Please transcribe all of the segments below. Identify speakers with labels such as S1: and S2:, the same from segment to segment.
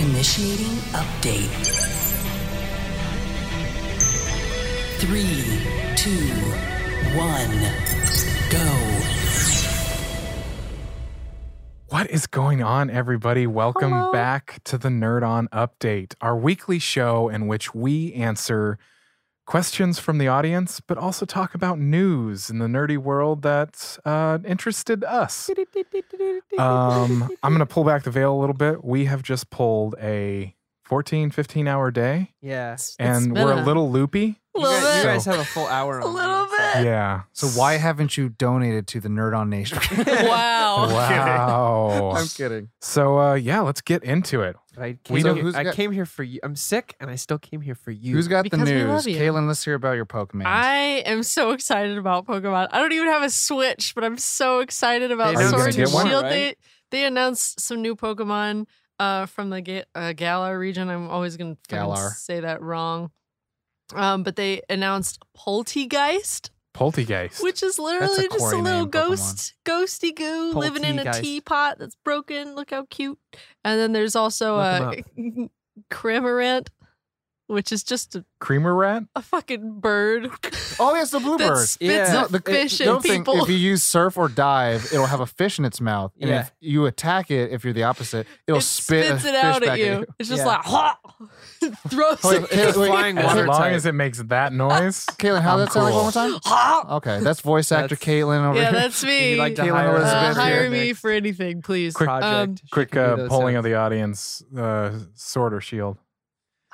S1: Initiating update. Three, two, one, go.
S2: What is going on, everybody? Welcome
S3: Hello.
S2: back to the Nerd On Update, our weekly show in which we answer questions from the audience, but also talk about news in the nerdy world that uh, interested us. Um, I'm going to pull back the veil a little bit. We have just pulled a 14, 15 hour day,
S4: Yeah.
S2: and
S3: been
S2: we're
S3: a-
S2: a little loopy.
S4: You
S3: Little
S4: guys, you
S3: bit.
S4: guys have a full hour
S3: A
S4: on
S3: little
S4: you, so-
S3: bit.
S2: Yeah.
S5: So why haven't you donated to the Nerd on Nation?
S3: wow.
S2: Wow.
S5: I'm kidding.
S2: So, uh, yeah, let's get into it.
S4: But I
S2: We
S4: came,
S2: know
S4: here,
S5: who's
S4: I
S5: got-
S4: came here for you. I'm sick and I still came here for you.
S5: Who's got
S3: Because
S5: the
S3: we
S5: news?
S3: love you.
S5: Kaylin, let's hear about your Pokemon.
S3: I am so excited about Pokemon. I don't even have a Switch, but I'm so excited about
S2: Are you gonna
S3: Sword and
S2: get
S3: Shield.
S2: one?
S3: They they announced some new Pokemon uh, from the Ga- uh, Galar region. I'm always going to
S5: Galar.
S3: say that wrong. Um, but they announced Poltegeist,
S2: Poltegeist.
S3: which is literally just a
S5: Cory
S3: little
S5: name, Pokemon.
S3: ghost, ghosty goo living in a
S4: Poltegeist.
S3: teapot that's broken. Look how cute! And then there's also
S4: Look
S3: a Cramorant, which is just a,
S2: Creamer rat?
S3: a fucking bird.
S5: oh, yes, the
S3: that
S5: Bluebird.
S3: spits
S4: Yeah.
S3: a
S5: No, the-
S3: fish
S5: it- don't
S3: at
S5: think
S3: people.
S5: if you use surf or dive, it'll have a fish in its mouth. And
S4: Yeah.
S5: if you attack it, if you're the opposite, it'll
S3: it
S5: spit
S3: spits
S5: a
S3: it
S5: fish
S3: out
S5: back
S3: at you. It's just
S4: Yeah.
S3: like "Hah!" throws it.
S5: Wait, wait,
S4: It's a
S5: wait.
S4: flying
S2: As
S4: water
S2: long
S4: type.
S2: as it makes that noise,
S5: Kaylin, how
S2: I'm
S5: does that sound like
S2: cool.
S5: one more time?
S3: "Hah!"
S5: Okay, that's voice actor
S4: That's-
S5: Caitlin over
S3: Yeah,
S5: here.
S3: that's
S4: If
S3: me.
S4: you'd like to
S5: Kaylin
S4: hire,
S3: Uh,
S5: Elizabeth
S4: us for um,
S3: hire
S4: your
S3: me
S4: next
S3: for anything, please.
S2: Quick-
S3: Um,
S4: project. she
S2: quick
S4: can do
S2: uh,
S4: those
S2: polling of
S4: sounds.
S2: the audience: uh, sword or shield?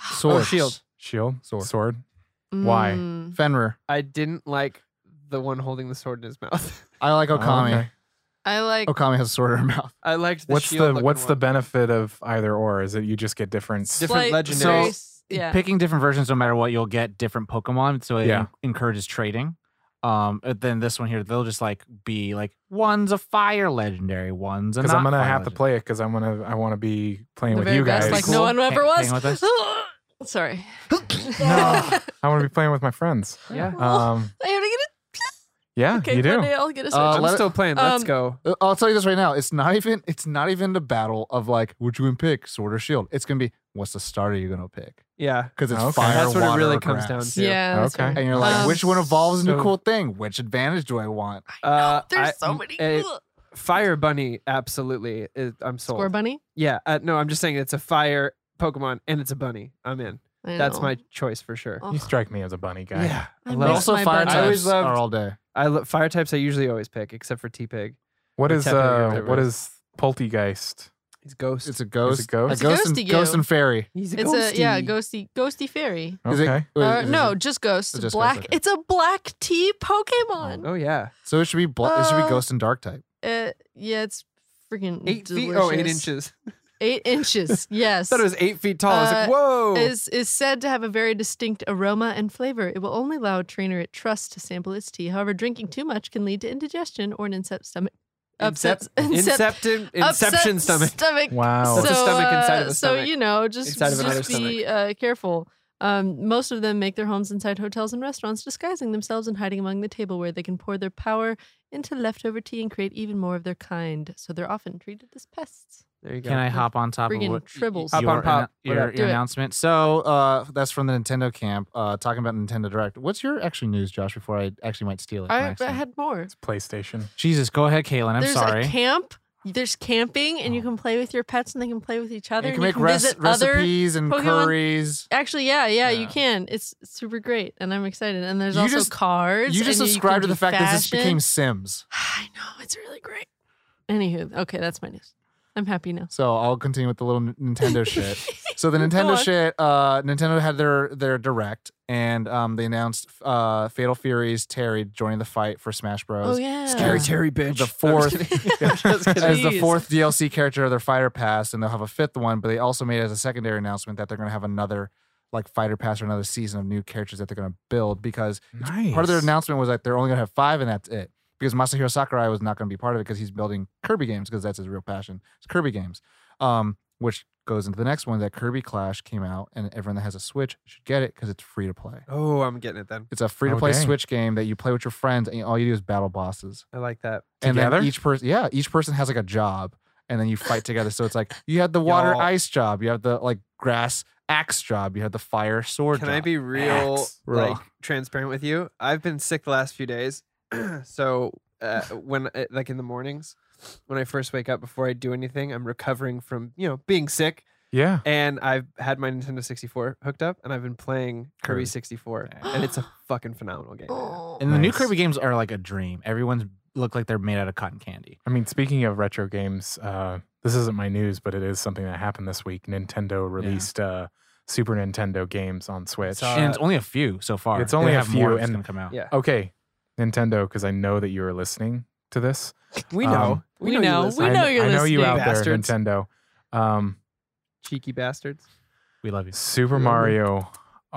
S3: Oh,
S5: Swords.
S4: shield.
S2: Shield,
S5: Sword.
S2: sword. Why?
S3: mm,
S5: Fenrir.
S4: I didn't like the one holding the sword in his mouth.
S5: I like Okami.
S2: Oh, okay.
S3: I like.
S5: Okami has a sword in her mouth.
S4: I liked the
S2: What's the
S4: shield-looking
S2: What's the
S4: one.
S2: benefit of either or? Is it you just get different?
S4: Different
S3: slight-
S4: legendaries.
S3: So, yeah.
S6: picking different versions no matter what you'll get different pokemon so it
S2: Yeah.
S6: en- encourages trading um uh, then this one here they'll just like be like one's a fire legendary one's a
S2: Because I'm
S6: not
S2: gonna
S6: fire
S2: have to
S6: legendary.
S2: play it because I'm gonna I want to be playing
S3: the
S2: with
S3: very
S2: you guys.
S3: best, like no one ever
S6: Hang-
S3: was.
S6: hang with us.
S3: Sorry.
S2: No. I want to be playing with my friends.
S4: Yeah.
S2: Um,
S3: I have to get
S2: yeah,
S3: a okay,
S2: you do.
S3: One day I'll get a switch.
S5: Uh,
S4: I'm
S5: let it-
S4: still playing. Let's
S3: um,
S4: go.
S5: Uh, I'll tell you this right now. It's not even. It's not even the battle of like, would you gonna pick sword or shield? It's gonna be, what's the starter you're gonna pick?
S4: Yeah.
S5: Because it's
S2: Okay.
S5: fire,
S4: That's what it
S5: water,
S4: really
S5: or
S4: comes down
S5: grass.
S4: to.
S3: yeah. that's
S2: Okay.
S3: fine.
S5: And you're like,
S3: Um,
S5: which one evolves into
S2: so-
S5: a cool thing? Which advantage do I want?
S4: Uh,
S3: Oh, There's
S4: I-
S3: so many.
S4: uh,
S3: Ugh.
S4: Fire bunny, absolutely. It, I'm sold.
S3: Score bunny.
S4: Yeah. Uh, no, I'm just saying it's a fire Pokemon and it's a bunny. I'm in.
S3: I
S4: That's
S3: know.
S4: my choice for sure.
S3: Oh,
S2: You strike me as a bunny guy.
S4: Yeah.
S3: I
S4: I
S5: But
S3: Makes
S4: love,
S5: also,
S3: my
S5: fire
S3: budget.
S4: I always
S5: types
S4: loved-
S5: are all day.
S4: I love fire types. I usually always pick, except for T Pig.
S2: What
S4: Or
S2: is
S4: Tepig or
S2: uh
S4: whatever
S2: What
S4: it
S2: is poltegeist?
S4: He's ghost.
S5: It's a ghost.
S2: ghost?
S3: It's a
S5: and,
S3: ghosty
S5: ghost
S3: you.
S5: and fairy.
S4: He's
S3: It's a yeah, ghosty, ghosty fairy.
S5: Is it-
S2: Okay.
S5: wait,
S3: Uh,
S5: is it-
S3: no, just ghosts.
S5: Just ghosts,
S3: black.
S5: okay.
S3: It's a black tea Pokemon.
S4: Oh yeah,
S5: so it should be. Bl- it should
S3: Uh,
S5: be ghost and dark type.
S3: Uh, yeah, it's freaking
S4: eight
S3: delicious.
S4: feet. Oh, eight inches.
S3: Eight inches.
S4: I
S3: Yes.
S4: thought it was eight feet tall. I was like,
S3: Uh,
S4: whoa.
S3: is is said to have a very distinct aroma and flavor. It will only allow a trainer it trusts to sample its tea. However, drinking too much can lead to indigestion or an incept stomach. Upset. Incept.
S4: Incepted, inception
S3: upset
S4: stomach.
S3: Stomach.
S2: Wow.
S4: That's a
S3: So,
S4: stomach inside of
S3: uh,
S4: a
S3: So
S4: stomach.
S3: you know, just,
S4: Inside of another
S3: just be uh, careful. Um, most of them make their homes inside hotels and restaurants, disguising themselves and hiding among the tableware. They can pour their power into leftover tea and create even more of their kind. So they're often treated as pests.
S4: There you go.
S6: can i hop on top
S3: Friggin'
S6: of what
S3: tribbles.
S4: Hop
S6: your,
S4: on pop.
S6: annou-
S4: What
S6: your,
S4: up?
S3: Do
S6: your
S3: it.
S6: announcement so
S5: So uh, that's from the Nintendo camp. Uh, talking about Nintendo Direct. What's your actual news, Josh? Before I actually might steal it. by
S3: I, I
S6: accident.
S3: had more.
S2: It's PlayStation.
S6: jesus go ahead kaylin i'm
S3: there's
S6: sorry Oh.
S3: a camp. There's camping, and you can play with your pets, and they can play with each other.
S5: you
S3: and
S5: can make
S3: you can
S5: res-
S3: visit other.
S5: recipes and
S3: Pokemon.
S5: curries.
S3: Actually, yeah, yeah, you
S5: Yeah.
S3: can. It's super great, and I'm excited. And there's
S5: You
S3: also
S5: just-
S3: cards.
S5: You just
S3: and
S5: subscribe
S3: can
S5: to
S3: do
S5: the fact that this
S3: fashion.
S5: became Sims.
S3: I know it's really great. Anywho, okay, that's my news. I'm happy now.
S5: So I'll continue with the little N- Nintendo shit. So the
S3: on.
S5: Nintendo shit, uh, Nintendo had their their direct, and um, they announced uh, Fatal Fury's Terry joining the fight for Smash Bros.
S3: Oh yeah,
S5: Scary
S4: Terry bitch.
S5: The fourth- As the
S3: Jeez.
S5: fourth DLC character of their Fighter Pass, and they'll have a fifth one. But they also made as a secondary announcement that they're going to have another like Fighter Pass or another season of new characters that they're going to build because
S2: Nice.
S5: part of their announcement was that they're only going to have five and that's it because masahiro sakurai was not going to be part of it because he's building kirby games because that's his real passion it's kirby games um, which goes into the next one that kirby clash came out and everyone that has a switch should get it because it's free to play
S4: oh, I'm getting it then.
S5: it's a free to play
S2: dang.
S5: switch game that you play with your friends and all you do is battle bosses
S4: I like that.
S5: and
S2: Together?
S5: then each person yeah each person has like a job
S7: and then you fight together. So it's like you have the water
S4: Y'all.
S7: ice job, you have the like grass axe job, you have the fire sword.
S4: Can
S7: job.
S4: I be real,
S2: Axe.
S7: Raw.
S4: like transparent with you? I've been sick the last few days, so uh, when uh, like in the mornings, when I first wake up before I do anything, I'm recovering from you know being sick,
S2: Yeah.
S4: and I've had my Nintendo 64 hooked up, and I've been playing Kirby
S7: Kirby.
S4: 64, and it's a fucking phenomenal game.
S3: Oh.
S5: And the new
S2: Nice.
S5: Kirby games are like a dream. Everyone's look like they're made out of cotton candy.
S2: I mean, speaking of retro games, uh, this isn't my news, but it is something that happened this week. Nintendo released uh, Super Nintendo games on Switch.
S4: Saw Uh,
S5: and it's only a few so far.
S2: it's only a
S5: have
S2: few,
S5: more that's
S2: and-
S5: gonna come out.
S4: Yeah,
S2: okay, Nintendo, because I know that you are listening to this.
S4: we
S2: Um,
S4: know,
S3: we
S4: you
S3: know,
S4: listen.
S3: we
S2: I,
S3: know you're
S2: I know you out
S3: listening.
S2: there,
S4: Bastards.
S2: Nintendo. Um,
S4: cheeky bastards.
S5: We love you.
S2: Super
S4: Mhm.
S2: Mario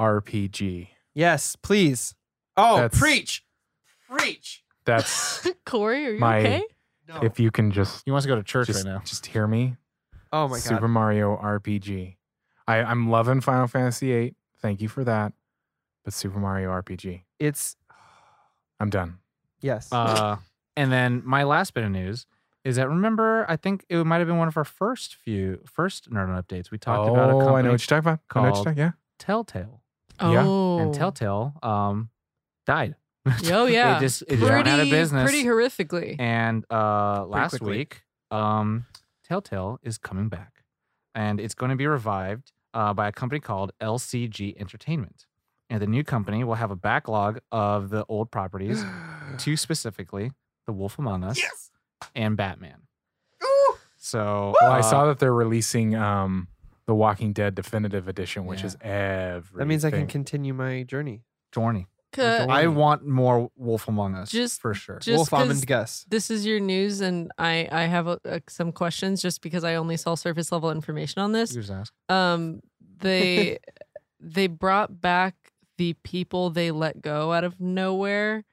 S2: RPG.
S4: Yes, please. Oh,
S2: That's-
S4: preach, preach.
S2: That's
S3: Corey, are you
S2: My-
S3: okay?
S4: No.
S2: if you can just
S7: He wants to go to church
S2: just,
S7: right now.
S2: just hear me.
S4: oh my god.
S2: Super Mario RPG. I, I'm loving Final Fantasy VIII. Thank you for that. But Super Mario RPG.
S4: It's
S2: I'm done.
S4: yes.
S5: Uh, and then my last bit of news is that remember I think it might have been one of our first few first nerd Alert updates. We talked
S2: oh,
S5: about a company
S2: I know what you're talking about. I know what you're
S5: called-
S2: talking- yeah.
S5: Telltale
S2: Yeah.
S3: Oh.
S5: and Telltale um died.
S3: Oh, yeah.
S5: they just it just went out of business.
S3: Pretty horrifically.
S5: And uh, last
S4: quickly.
S5: week, um, Telltale is coming back, and it's going to be revived uh, by a company called LCG Entertainment. And the new company will have a backlog of the old properties, two specifically, The Wolf Among Us and Batman. So
S2: Well, I
S5: uh,
S2: saw that they're releasing um, the Walking Dead Definitive Edition, which is everything.
S4: that means I can continue my journey.
S7: Journey.
S3: Ca-
S7: I want more Wolf Among Us.
S3: Just-
S7: for sure.
S3: just
S4: Wolf Almond
S3: 'cause
S4: Gus.
S3: this is your news, and I I have a, a, some questions just because I only saw surface level information on
S7: You
S3: this.
S7: can just ask.
S3: Um, they they brought back the people they let go out of nowhere,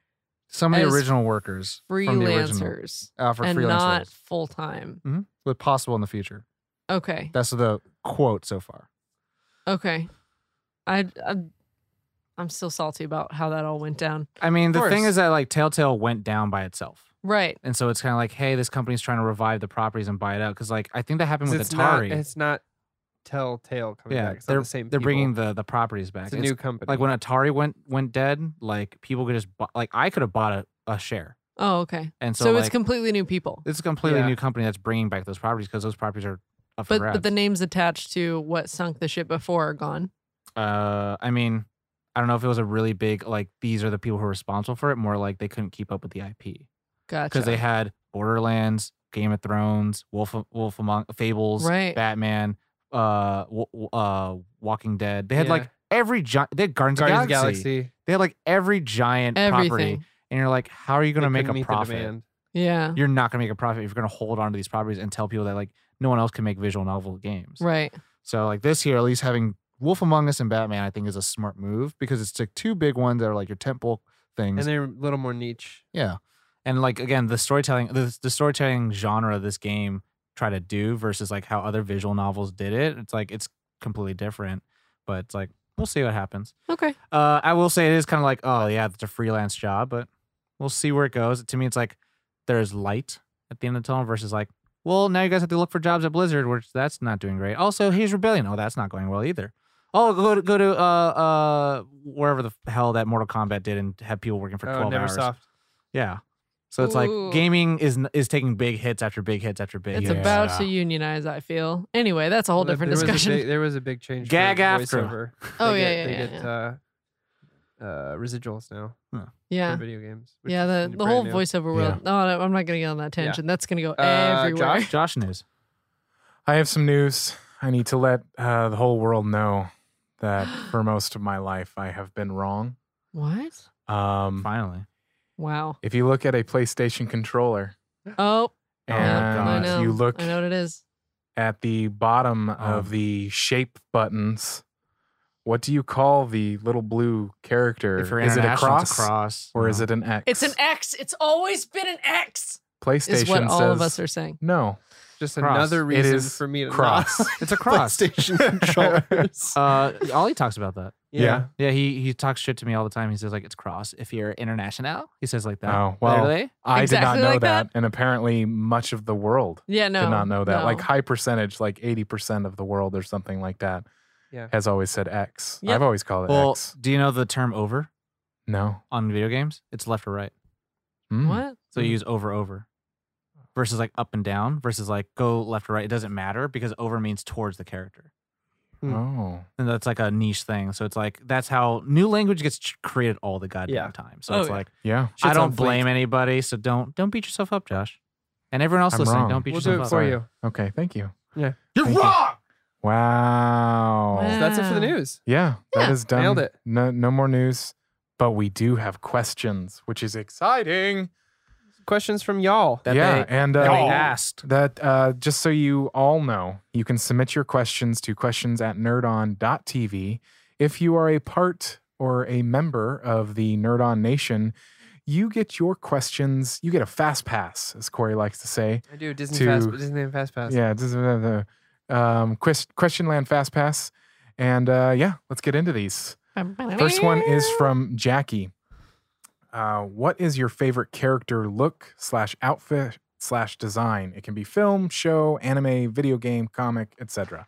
S7: Some of the
S3: as
S7: original workers from the original
S3: freelancers,
S7: uh, for
S3: and
S7: freelance
S3: not
S7: roles,
S3: full time.
S7: but possible in the future.
S3: Okay,
S7: That's the quote so far.
S3: okay. I I'm, I'm still salty about how that all went down.
S5: I mean, the thing
S4: course.
S5: is that like Telltale went down by itself,
S3: Right.
S5: and so it's kind of like, hey, this company's trying to revive the properties and buy it out because like I think that happened
S4: 'Cause
S5: with
S4: It's not,
S5: Atari.
S4: it's not Telltale coming
S5: yeah,
S4: back. It's not
S5: they're
S4: the same.
S5: they're
S4: people.
S5: bringing the the properties back.
S4: it's a
S5: It's-
S4: new company.
S5: like when Atari went went dead, like people could just bu- like I could have bought a, a share,
S3: Oh, okay.
S5: and so,
S3: So, it's
S5: like,
S3: completely new people.
S5: it's a completely
S4: Yeah.
S5: new company that's bringing back those properties because those properties are up for
S3: But,
S5: grabs.
S3: but the names attached to what sunk the ship before are gone.
S5: uh, I mean, I don't know if it was a really big like these are the people who are responsible for it. More like they couldn't keep up with the IP
S3: Gotcha.
S5: because they had Borderlands, Game of Thrones, Wolf Wolf Among Fables,
S3: Right.
S5: Batman, uh, w- w- uh, Walking Dead. They had
S4: Yeah.
S5: like every giant. They had Guardians,
S4: Guardians of
S5: of
S4: the Galaxy,
S5: They had like every giant property,
S3: everything.
S5: and you're like, how are you going to
S4: they
S5: make
S4: couldn't
S5: a
S4: meet the
S5: profit?
S4: demand.
S3: Yeah.
S5: you're not going to make a profit if you're going to hold on to these properties and tell people that like no one else can make visual novel games.
S3: Right.
S7: So like this year, at least having Wolf Among Us and Batman, I think is a smart move because it's like two big ones that are like your temple
S4: and
S7: things.
S4: they're a little more niche.
S7: yeah,
S5: And like again, the storytelling the, the storytelling genre this game try to do versus like how other visual novels did it. It's like it's completely different, but it's like we'll see what happens.
S3: Okay.
S5: Uh, I will say it is kind of like oh yeah, it's a freelance job, but we'll see where it goes. To me, it's like there's light at the end of the tunnel versus like well now you guys have to look for jobs at Blizzard, which that's not doing great. Also, here's Rebellion. Oh, that's not going well either. Oh, go to go to uh uh wherever the hell that Mortal Kombat did and have people working for
S4: Oh,
S5: twelve hours.
S4: NeverSoft.
S5: Yeah. So it's
S3: Ooh.
S5: like gaming is n- is taking big hits after big hits after big
S3: It's
S5: hits.
S3: about to unionize, I feel. Anyway, that's a whole
S4: Well,
S3: different
S4: there was a
S3: discussion.
S4: big- there was a big change. for
S5: Gag
S4: voiceover.
S3: Oh,
S4: They
S3: yeah,
S4: get-
S3: yeah,
S4: They
S3: yeah,
S4: get uh, uh, residuals now for
S3: yeah.
S4: video games. which
S3: Yeah,
S4: is
S3: the, the
S4: brand
S3: whole
S4: new.
S3: voiceover world. No, no, I'm not going to get on that
S4: Yeah.
S3: tangent. That's going to go
S4: Uh,
S3: everywhere.
S4: Josh?
S5: Josh news.
S2: I have some news. I need to let uh, the whole world know that for most of my life I have been wrong.
S3: What?
S2: Um,
S5: Finally.
S3: Wow.
S2: if you look at a PlayStation controller
S3: Oh,
S5: Oh,
S3: yeah, I
S6: uh,
S2: and
S3: know.
S2: you look
S3: I know what it is.
S2: at the bottom of
S5: Um.
S2: the shape buttons, what do you call the little blue character?
S5: If you're
S2: Is it a
S5: international,
S2: cross,
S5: it's a cross
S2: or is
S5: No.
S2: it an X?
S3: It's an X. It's always been an X,
S2: PlayStation
S3: is what all of
S2: says-
S3: us are saying.
S2: No,
S4: Just
S5: Cross.
S4: another
S5: It
S4: reason
S2: is
S4: for me to not-
S2: cross.
S5: It's a cross.
S4: PlayStation controllers.
S5: uh, Ollie talks about that.
S2: Yeah.
S6: Yeah, he he talks shit to me all the time. He says like it's cross if you're international. He says like that.
S2: Oh, well,
S6: Really?
S2: I did
S3: Exactly
S2: not know
S3: like that.
S2: that. And apparently, much of the world
S3: Yeah, no.
S2: did not know that.
S3: no.
S2: Like, high percentage, like 80% of the world or something like that,
S4: Yeah.
S2: has always said X.
S3: Yep.
S2: have always called it
S6: Well,
S2: X.
S6: do you know the term over
S2: No.
S6: on video games? It's left or right.
S2: Mm.
S3: What?
S6: So you use over over versus like up and down versus like go left or right. It doesn't matter because over means towards the character.
S2: Oh.
S6: And that's like a niche thing. So it's like that's how new language gets ch- created all the goddamn
S4: Yeah.
S6: time. So
S3: Oh,
S6: it's
S3: yeah.
S6: like
S2: Yeah.
S6: I
S4: Shit's
S6: don't
S4: on fleek.
S6: blame anybody. So don't don't beat yourself up, Josh. And everyone else
S2: I'm
S6: listening,
S2: wrong.
S6: don't beat
S4: We'll do
S6: yourself
S4: it
S6: up.
S4: for you.
S2: Okay. Thank you.
S5: You're
S2: Thank you.
S5: wrong.
S2: Wow.
S3: Wow.
S4: So that's it for the news.
S2: Yeah, that
S3: Yeah.
S2: is done.
S4: Nailed it.
S2: No, no more news, but we do have questions, which is exciting.
S4: Questions from y'all.
S6: That
S2: yeah,
S6: they-
S2: and
S6: that they
S2: uh,
S6: asked.
S2: that uh, just so you all know, you can submit your questions to questions at nerdon.tv. If you are a part or a member of the Nerd On Nation, you get your questions. You get a fast pass, as Corey likes to say.
S4: I do Disney
S2: To-
S4: Fast Disney Fast Pass.
S2: Yeah, this is the the, um, quest, question land fast pass, and uh, yeah, let's get into these. First one is from Jackie. Uh, what is your favorite character look slash outfit slash design? It can be film, show, anime, video game, comic, etc.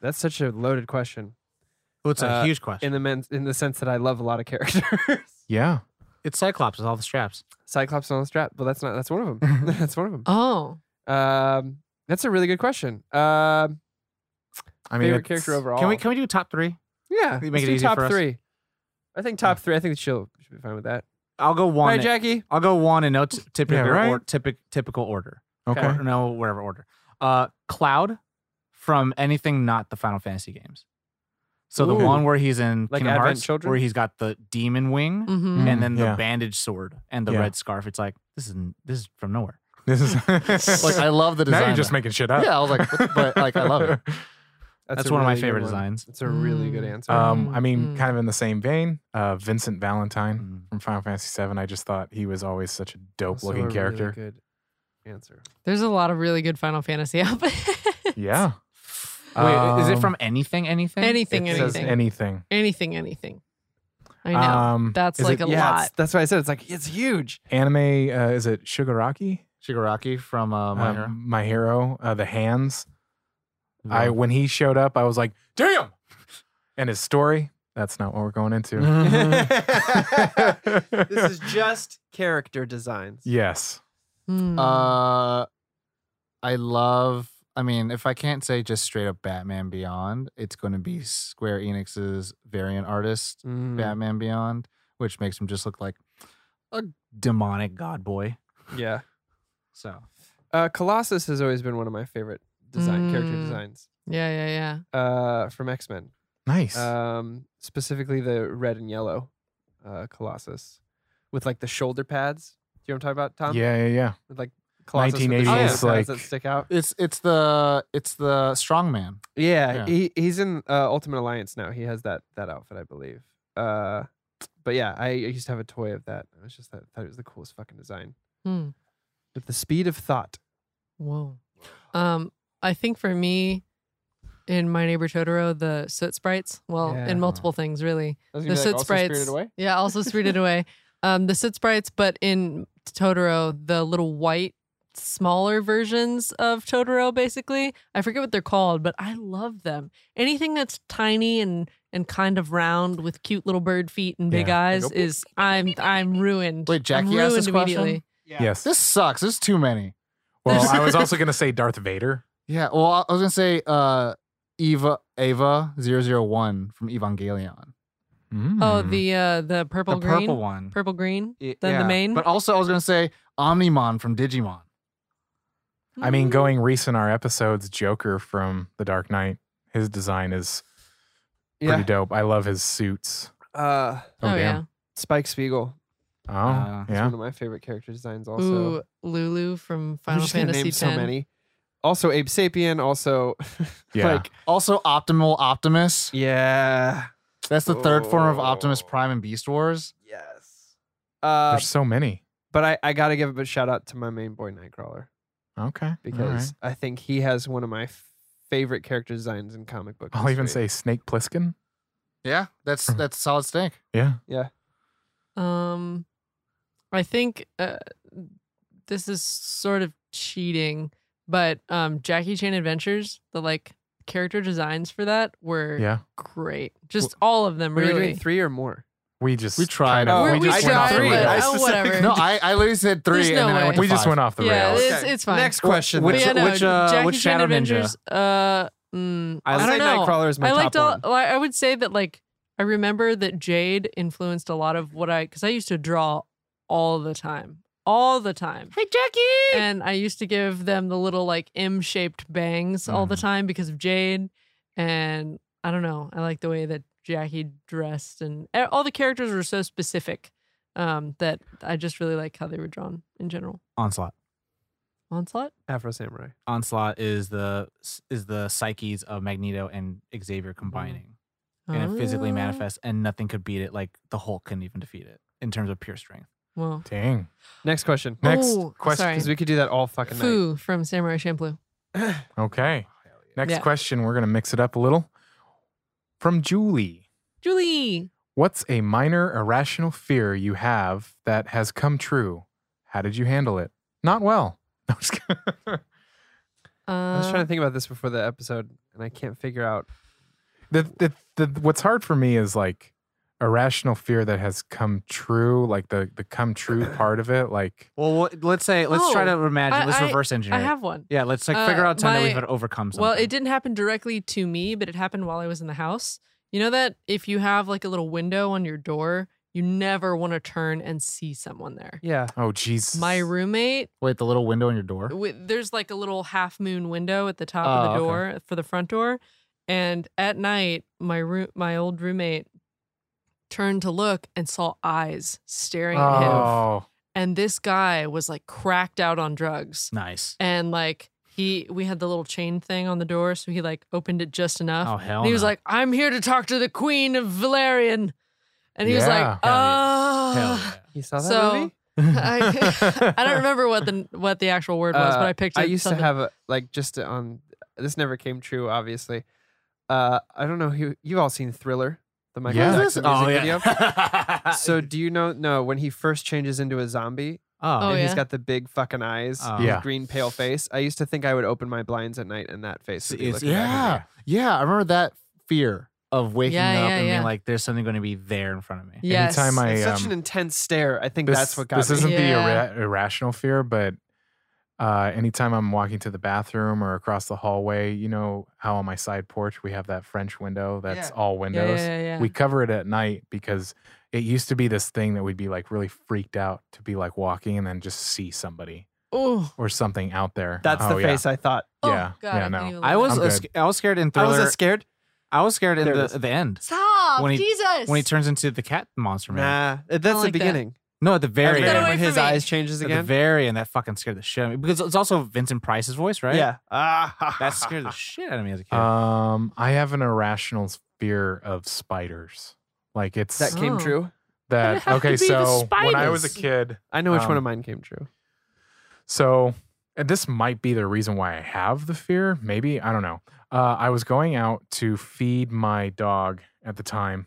S4: That's such a loaded question.
S6: Oh, it's a
S4: uh,
S6: huge question.
S4: In the men- in the sense that I love a lot of characters.
S2: Yeah,
S6: it's Cyclops with all the straps.
S4: Cyclops on the strap. Well, that's not. That's one of them. that's one of them.
S3: Oh.
S4: Um, that's a really good question. Um,
S2: I mean,
S4: favorite character
S2: it's-
S4: overall.
S6: Can we can we do top three?
S4: yeah,
S6: you make
S4: let's
S6: it
S4: do
S6: easier
S4: top
S6: for us?
S4: three. I think top three. I think she'll she'll be fine with that.
S6: I'll go
S4: All
S6: one.
S4: right, Jackie.
S6: I'll go one in no t- typical
S2: Yeah, right.
S6: or typic- typical order.
S2: Okay.
S6: Or no, whatever order. Uh, Cloud from anything not the Final Fantasy games. So the
S4: Ooh.
S6: one where he's in
S4: Like
S6: Kingdom
S4: Advent
S6: Hearts,
S4: Children?
S6: where he's got the demon wing
S3: Mm-hmm.
S6: and then the
S2: yeah.
S6: bandage sword and the
S2: Yeah.
S6: red scarf. It's like this is this is from nowhere.
S2: This is
S5: Like I love the design.
S2: now you're just
S5: though.
S2: making shit up.
S5: Yeah, I was like, what- but like I love it.
S6: That's,
S4: a
S6: one of my
S4: really good
S6: favorite
S4: one.
S6: designs. Uh,
S4: It's a really good
S3: Mm.
S4: answer.
S2: Um, I mean,
S5: Mm-hmm.
S3: Mm.
S2: kind of in the same vein, uh, Vincent Valentine
S6: Mm.
S2: from Final Fantasy VII. I just thought he was always such a dope
S4: Also a
S2: looking
S4: really
S2: character.
S4: good answer.
S3: There's a lot of really good Final Fantasy outfits.
S2: Yeah,
S6: Wait, is it
S2: Um,
S6: from anything? Anything?
S3: Anything,
S2: it says
S3: anything.
S2: anything.
S3: anything, anything. I know. That's
S2: is
S3: like
S2: it
S3: a
S4: yeah,
S3: lot.
S4: it's- that's why I said it's like it's huge.
S2: anime. Uh, is it Shigaraki?
S5: Shigaraki from uh, My Hero.
S2: Um, my hero, uh, the hands. I when he showed up, I was like, damn. And his story. That's not what we're going into.
S4: this is just character designs.
S2: yes.
S3: Mm.
S5: Uh, I love. I mean, if I can't say just straight up Batman Beyond, it's going to be Square Enix's variant artist
S4: Mm,
S5: Batman Beyond, which makes him just look like
S6: demonic god boy.
S4: yeah.
S6: So
S4: Uh, Colossus has always been one of my favorite design character
S3: Mm.
S4: designs
S3: yeah, yeah, yeah.
S4: uh, from X Men.
S2: Nice.
S4: Um, specifically the red and yellow uh, Colossus with like the shoulder pads. Do you know what I'm talking about, Tom?
S2: yeah, yeah, yeah.
S4: With like Colossus with the
S2: 1980s,
S4: shoulder pads
S2: like-
S4: that stick out.
S5: it's it's the it's the strongman.
S4: Yeah,
S5: Yeah.
S4: He, he's in uh, Ultimate Alliance now. He has that that outfit, I believe. Uh, but yeah, I I used to have a toy of that. It was just that thought it was the coolest fucking design.
S3: Hmm.
S4: With the speed of thought.
S3: Whoa. Um, I think for me, in my neighbor Totoro, the soot sprites. Well,
S4: Yeah.
S3: in multiple things, really.
S4: The
S3: The soot sprites. Yeah, also spirited away. Um, the soot sprites, but in Totoro, the little white, smaller versions of Totoro. Basically, I forget what they're called, but I love them. Anything that's tiny and and kind of round with cute little bird feet and big
S2: Yeah.
S3: eyes is I'm I'm ruined.
S5: Wait,
S3: I'm
S5: Jackie asked this
S3: ruined
S5: question?
S3: immediately.
S2: Yes.
S5: This sucks. There's too many.
S2: well, I was also gonna say Darth Vader.
S5: Yeah. Well, I- I was gonna say uh, Eva Ava 001 from Evangelion.
S3: Oh,
S2: Mm.
S3: the uh the purple
S6: the
S3: green.
S6: purple one.
S3: Purple green.
S5: Y-
S3: Then the main?
S5: But also, I was gonna say Omnimon from Digimon.
S2: I mean, going recent our episodes, Joker from The Dark Knight. His design is pretty
S4: Yeah.
S2: dope. I love his suits.
S4: Uh,
S2: Oh,
S3: Oh, yeah.
S2: damn.
S4: Spike Spiegel.
S2: Oh,
S6: Uh, it's
S4: It's
S2: yeah.
S4: one of my favorite character designs also.
S3: Ooh, Lulu from
S4: I'm
S3: Final
S4: just gonna
S3: Fantasy
S4: name
S3: X.
S4: so many. Also Abe Sapien, also
S2: Yeah.
S4: like
S5: Also, Optimal Optimus.
S4: Yeah.
S5: That's the third form of Optimus
S4: Oh.
S5: Prime in Beast Wars.
S4: Yes. Uh,
S2: There's so many.
S4: but I, I gotta give a shout out to my main boy Nightcrawler.
S2: Okay. all
S4: because I think he has one of my f- favorite character designs in comic book.
S2: right. I'll even
S4: history.
S2: say Snake Plissken.
S5: Yeah, that's
S6: Hmm.
S5: that's solid snake.
S2: Yeah.
S3: Um, I think uh, this is sort of cheating, but um, Jackie Chan Adventures, the like character designs for that were
S2: Yeah.
S3: great. Just all of them,
S4: We were
S3: really.
S4: doing three or more.
S2: We just
S6: We tried.
S2: kind of-
S4: Oh,
S3: We're-
S4: we
S3: we
S4: just went off
S3: tried,
S4: the
S3: but,
S4: rails. I
S3: oh, whatever.
S5: No, I, I literally said three,
S3: There's
S5: and
S3: no
S5: then I
S3: way.
S5: went. To
S2: we just
S5: five.
S2: went off the
S3: yeah,
S2: rails.
S3: it's, it's fine.
S4: Next question.
S6: Which-
S3: But yeah,
S4: though.
S3: no,
S6: which, uh,
S3: Jackie
S6: which
S3: Chan
S6: Shadow Ninja?
S3: Adventures? Uh, mm,
S4: I,
S6: I
S3: don't
S4: like
S3: know.
S4: Nightcrawler is my
S3: I
S4: top
S3: liked all.
S4: one.
S3: I I would say that like I remember that Jade influenced a lot of what I because I used to draw all the time, all the time. Hey Jackie! And I used to give them the little like M-shaped bangs all the
S5: Mhm.
S3: time because of Jade. And I don't know. I like the way that Jackie dressed and a- all the characters were so specific um, that I just really like how they were drawn in general.
S6: Onslaught.
S3: Onslaught.
S4: Afro Samurai.
S6: Onslaught is the is the psyches of Magneto and Xavier combining, and it physically
S5: Oh.
S3: Ah.
S6: manifests, and nothing could beat it. Like the Hulk couldn't even defeat it in terms of pure strength.
S3: Well,
S2: Dang.
S4: Next question.
S2: Next
S3: Oh,
S2: question.
S4: Because we could do that all fucking night.
S3: Foo from Samurai Champloo.
S2: Okay. Next
S3: Yeah.
S2: question. We're gonna mix it up a little. From Julie,
S3: Julie.
S2: what's a minor irrational fear you have that has come true? How did you handle it? Not well. No, I'm just kidding.
S3: Uh,
S4: I was trying to think about this before the episode, and I can't figure out.
S2: the, the, the, what's hard for me is like irrational fear that has come true, like the the come true part of it. Like
S6: Well, what- let's say let's try
S3: Oh,
S6: to imagine.
S3: I-
S6: let's
S3: I-
S6: reverse engineer.
S3: I
S6: it.
S3: have one.
S6: yeah, let's like figure
S3: Uh,
S6: out time that we've
S3: my-
S6: had to overcome something.
S3: Well, it didn't happen directly to me, but it happened while I was in the house. You know that if you have like a little window on your door, you never want to turn and see someone there.
S4: Yeah.
S2: oh Jesus.
S3: My roommate,
S5: Wait, the little window in your door.
S3: wi- there's like a little half moon window at the top of
S6: Oh,
S3: the
S6: okay.
S3: door for the front door, and at night, my room, my old roommate, turned to look and saw eyes staring at him.
S2: Oh.
S3: and this guy was like cracked out on drugs
S6: nice.
S3: and like he we had the little chain thing on the door so he like opened it just enough
S6: Oh hell!
S3: and he was
S6: no.
S3: like i'm here to talk to the queen of valerian and he was
S2: Yeah.
S3: like
S6: Hell
S5: "Ah."
S3: oh
S4: You saw that
S3: So,
S4: movie?
S3: I, I don't remember what the what the actual word was
S4: Uh,
S3: but i picked it
S4: I used
S3: something-
S4: to have a, like just on this never came true, obviously. Uh, I don't know who you've all seen Thriller, the Michael
S2: Yeah.
S4: Jackson music
S6: oh
S4: video.
S3: Uh,
S6: yeah.
S4: So do you know? No, when he first changes into a zombie,
S3: Oh,
S4: and
S3: yeah.
S4: he's got the big fucking eyes,
S6: Oh.
S4: his
S2: Yeah.
S4: green pale face. I used to think I would open my blinds at night and that face. Would be
S6: It's-
S4: looking at me.
S5: Yeah, yeah, I remember that fear of waking
S3: Yeah,
S5: up.
S3: yeah,
S5: and
S6: I
S3: yeah.
S6: mean, like, there's something going to be there in front of me.
S3: yes
S2: Anytime I
S4: It's such
S2: um,
S4: an intense stare. I think
S2: this,
S4: that's what got
S2: this
S4: me.
S2: isn't
S3: Yeah.
S2: the irra- irrational fear, but uh, anytime I'm walking to the bathroom or across the hallway, you know how on my side porch we have that French window that's
S4: Yeah.
S2: all
S3: yeah, yeah,
S2: windows.
S3: yeah, yeah.
S2: We cover it at night because it used to be this thing that we'd be like really freaked out to be like walking and then just see somebody
S3: oh,
S2: or something out there.
S4: That's
S2: Oh,
S4: the
S2: yeah.
S4: face I thought.
S3: oh
S2: Yeah,
S3: god
S2: yeah,
S3: I,
S2: no.
S3: couldn't even
S6: I
S3: look
S6: was
S2: I'm
S6: uh,
S2: good.
S6: sc- I was scared in
S4: I was
S6: Thriller.
S4: uh, scared.
S6: I was scared in
S4: There it
S6: the
S4: is.
S6: the end
S3: stop
S6: when he-
S3: jesus
S6: when he turns into the cat monster man.
S4: Nah, it- that's the
S3: like that.
S4: beginning.
S6: No, at the very
S4: And
S3: Get
S4: then
S3: away
S6: end.
S4: when
S3: from
S4: his
S3: me.
S4: eyes changes
S6: At the
S4: again.
S6: very end, that fucking scared the shit out of me because it's also Vincent Price's voice, right?
S4: Yeah. Uh, Ah,
S6: that scared the shit out of me as a kid.
S2: Um, I have an irrational fear of spiders. Like it's
S4: that
S2: that.
S4: came
S3: Oh.
S4: true.
S3: have to
S2: okay,
S3: be the
S2: so when I was a
S3: spiders.
S2: kid,
S4: I know which one
S2: Um,
S4: of mine came true.
S2: So, and this might be the reason why I have the fear. Maybe I don't know. Uh, I was going out to feed my dog at the time,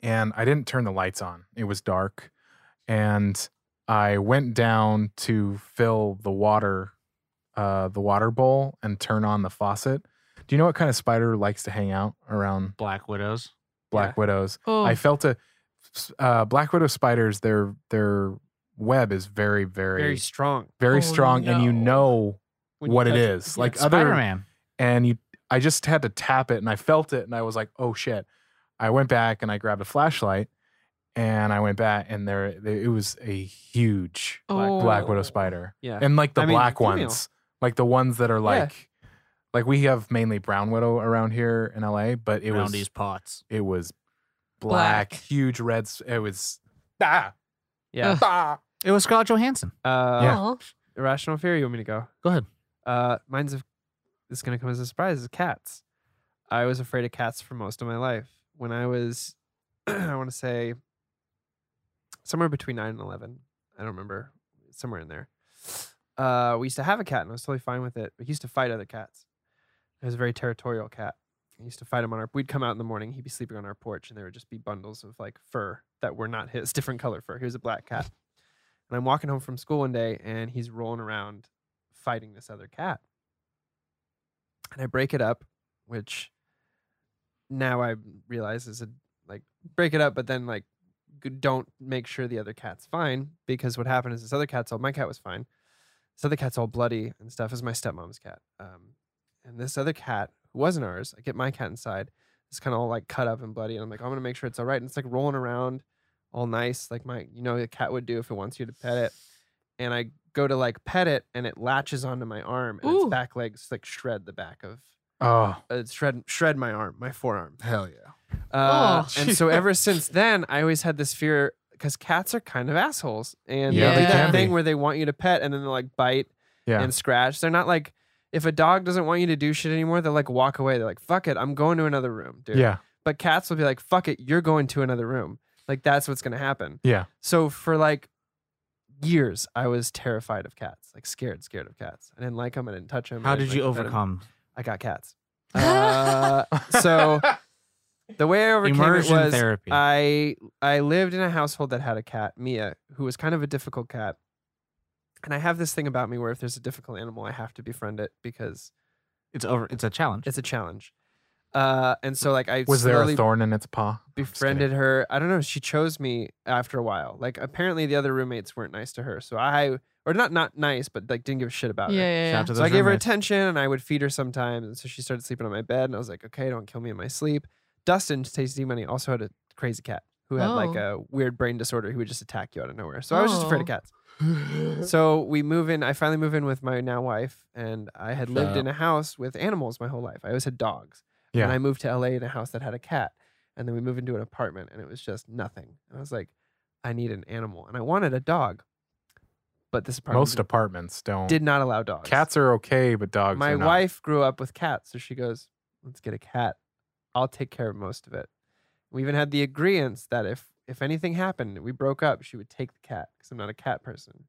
S2: and I didn't turn the lights on. It was dark, and I went down to fill the water, uh, the water bowl, and turn on the faucet. Do you know what kind of spider likes to hang out around
S6: Black Widows.
S2: black widows?
S3: oh
S2: I felt a uh, black widow spiders. Their their web is very, very,
S4: Very
S2: very,
S4: strong.
S3: Oh,
S2: strong, and you
S3: no.
S2: know
S4: When you
S2: what it
S4: touch
S2: is. Like other,
S6: Spider Man.
S2: and you, I just had to tap it, and I felt it, and I was like, oh shit. I went back and I grabbed a flashlight, and I went back, and there it was a huge
S3: oh.
S2: black widow spider,
S4: Yeah.
S2: and like the
S4: I mean,
S2: black
S4: female.
S2: ones, like the ones that are like. Like we have mainly brown widow around here in LA, but it was
S6: these pots.
S2: it was black,
S3: Black.
S2: huge red. s- It was ah,
S4: Yeah.
S2: ah.
S6: It was Scarlett Johansson.
S4: Uh,
S3: Aw.
S4: Irrational fear. You want me to go?
S6: Go ahead.
S4: Uh, mine's a, it's gonna come as a surprise. Is cats. I was afraid of cats for most of my life. When I was, I want to say, somewhere between nine and eleven. I don't remember. Somewhere in there. Uh, we used to have a cat, and I was totally fine with it. We used to fight other cats. It was a very territorial cat. I used to fight him on our. We'd come out in the morning. He'd be sleeping on our porch, and there would just be bundles of like fur that were not his, different color fur. He was a black cat. And I'm walking home from school one day, and he's rolling around fighting this other cat. And I break it up, which now I realize is a like break it up, but then like g- don't make sure the other cat's fine because what happened is this other cat's all my cat was fine. This other cat's all bloody and stuff is my stepmom's cat. Um, and this other cat who wasn't ours, I get my cat inside. It's kind of all like cut up and bloody, and I'm like, I'm gonna make sure it's all right. And it's like rolling around, all nice, like my you know a cat would do if it wants you to pet it. And I go to like pet it, and it latches onto my arm, and
S3: Ooh.
S4: its back legs like shred the back of
S2: Oh,
S4: uh, shred shred my arm, my forearm.
S5: Hell yeah.
S4: Uh,
S3: Oh.
S4: and so ever since then, I always had this fear because cats are kind of assholes, and
S2: Yeah,
S4: they
S3: they
S4: do that
S3: can
S4: thing
S2: be.
S4: where they want you to pet and then they like bite
S2: yeah.
S4: and scratch. They're not like if a dog doesn't want you to do shit anymore, they will like walk away. They're like, "Fuck it, I'm going to another room, dude."
S2: Yeah.
S4: But cats will be like, "Fuck it, you're going to another room." Like that's what's gonna happen.
S2: Yeah.
S4: So for like years, I was terrified of cats, like scared, scared of cats. I didn't like them. I didn't touch them.
S6: How did you overcome?
S4: I got cats. Uh, so the way I overcame
S6: Immersion
S4: it was uh,
S6: therapy.
S4: I I lived in a household that had a cat, Mia, who was kind of a difficult cat. And I have this thing about me where if there's a difficult animal, I have to befriend it because
S6: It's over. It's a challenge.
S4: it's a challenge. Uh, and so like I
S2: Was there
S4: slowly
S2: a thorn in its paw? I'm just kidding.
S4: befriended her. I don't know. She chose me after a while. Like apparently the other roommates weren't nice to her, so I or not not nice, but like didn't give a shit about
S3: Yeah,
S4: her.
S3: yeah,
S6: Shout
S3: yeah.
S6: out to
S4: So I
S6: those
S4: gave her
S6: roommates.
S4: attention and I would feed her sometimes. And so she started sleeping on my bed. And I was like, okay, don't kill me in my sleep. Dustin, Tasty Money, also had a crazy cat who had like a weird brain disorder who would just attack you out of nowhere. So I was just afraid of cats. so we move in. I finally move in with my now wife. And I had lived in a house with animals my whole life. I always had dogs.
S2: Yeah.
S4: And I moved to LA in a house that had a cat. And then we moved into an apartment and it was just nothing. And I was like, I need an animal. And I wanted a dog. But this apartment
S2: Most apartments don't.
S4: did not allow dogs
S2: Cats are okay, but dogs.
S4: my
S2: are not.
S4: wife grew up with cats, so she goes, "Let's get a cat. I'll take care of most of it." We even had the agreement that if if anything happened, we broke up, she would take the cat because I'm not a cat person.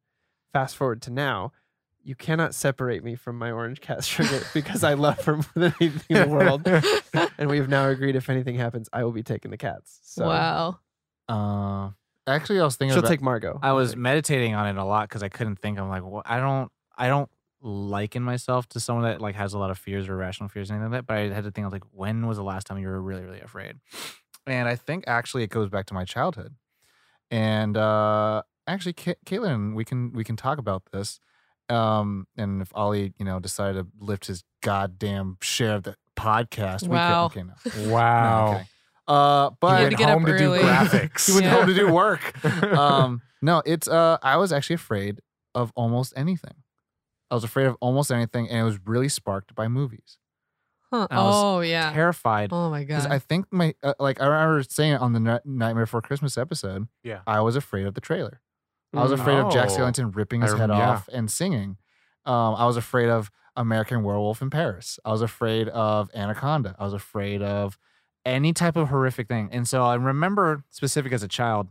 S4: Fast forward to now, you cannot separate me from my orange cat sugar because I love her more than anything in the world. and we have now agreed if anything happens, I will be taking the cats. So
S3: wow.
S5: Uh, actually, I was thinking
S4: she'll
S5: about
S4: take Margot.
S6: I was meditating on it a lot because I couldn't think. I'm like, well, I don't, I don't liken myself to someone that like has a lot of fears or irrational fears and anything like that. But I had to think, I was like, when was the last time you were really, really afraid?
S5: and I think actually it goes back to my childhood. And uh, actually, Ca Caitlin, we can we can talk about this. Um, and if Ollie, you know, decided to lift his goddamn share of the podcast,
S3: Wow.
S5: we can. Okay, no, no, I'm
S2: Wow.
S5: kidding. Uh,
S2: He
S5: but
S3: had to
S2: went
S3: get up
S2: home to do
S3: early.
S2: graphics.
S5: he went
S3: Yeah.
S5: home to do work. um, no, it's uh, I was actually afraid of almost anything. I was afraid of almost anything, and it was really sparked by movies.
S3: Huh.
S6: I was
S3: Oh yeah.
S6: Terrified.
S3: Oh my
S5: Because
S3: god.
S5: I think my uh, like I remember saying it on the Ni- Nightmare Before Christmas episode.
S2: Yeah.
S5: I was afraid of the trailer. I was
S4: Mm.
S5: afraid of Jack
S2: Oh.
S5: Skellington ripping
S2: I
S5: his head
S2: rem- yeah.
S5: off and singing. Um, I was afraid of American Werewolf in Paris. I was afraid of Anaconda. I was afraid of
S6: Any type of horrific thing. And so I remember specific as a child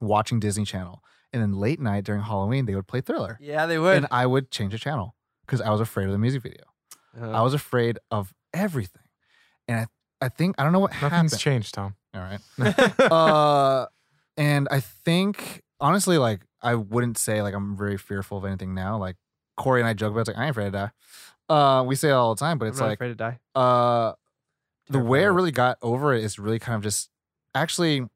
S5: watching Disney Channel. And then late night during Halloween, they would play Thriller,
S4: yeah, they would.
S5: and I would change the channel because I was afraid of the music video. I
S4: Uh,
S5: was afraid of everything, and I, I think I don't know what happened.
S2: Nothing's changed, Tom.
S5: All right. uh, and I think honestly, like I wouldn't say like I'm very fearful of anything now. Like Corey and I joke about it, it's like I ain't afraid to die. Uh, we say it all the time, but
S4: I'm
S5: it's
S4: not
S5: like
S4: afraid to die.
S5: uh, the way I
S4: Terrified.
S5: really got over it is really kind of just actually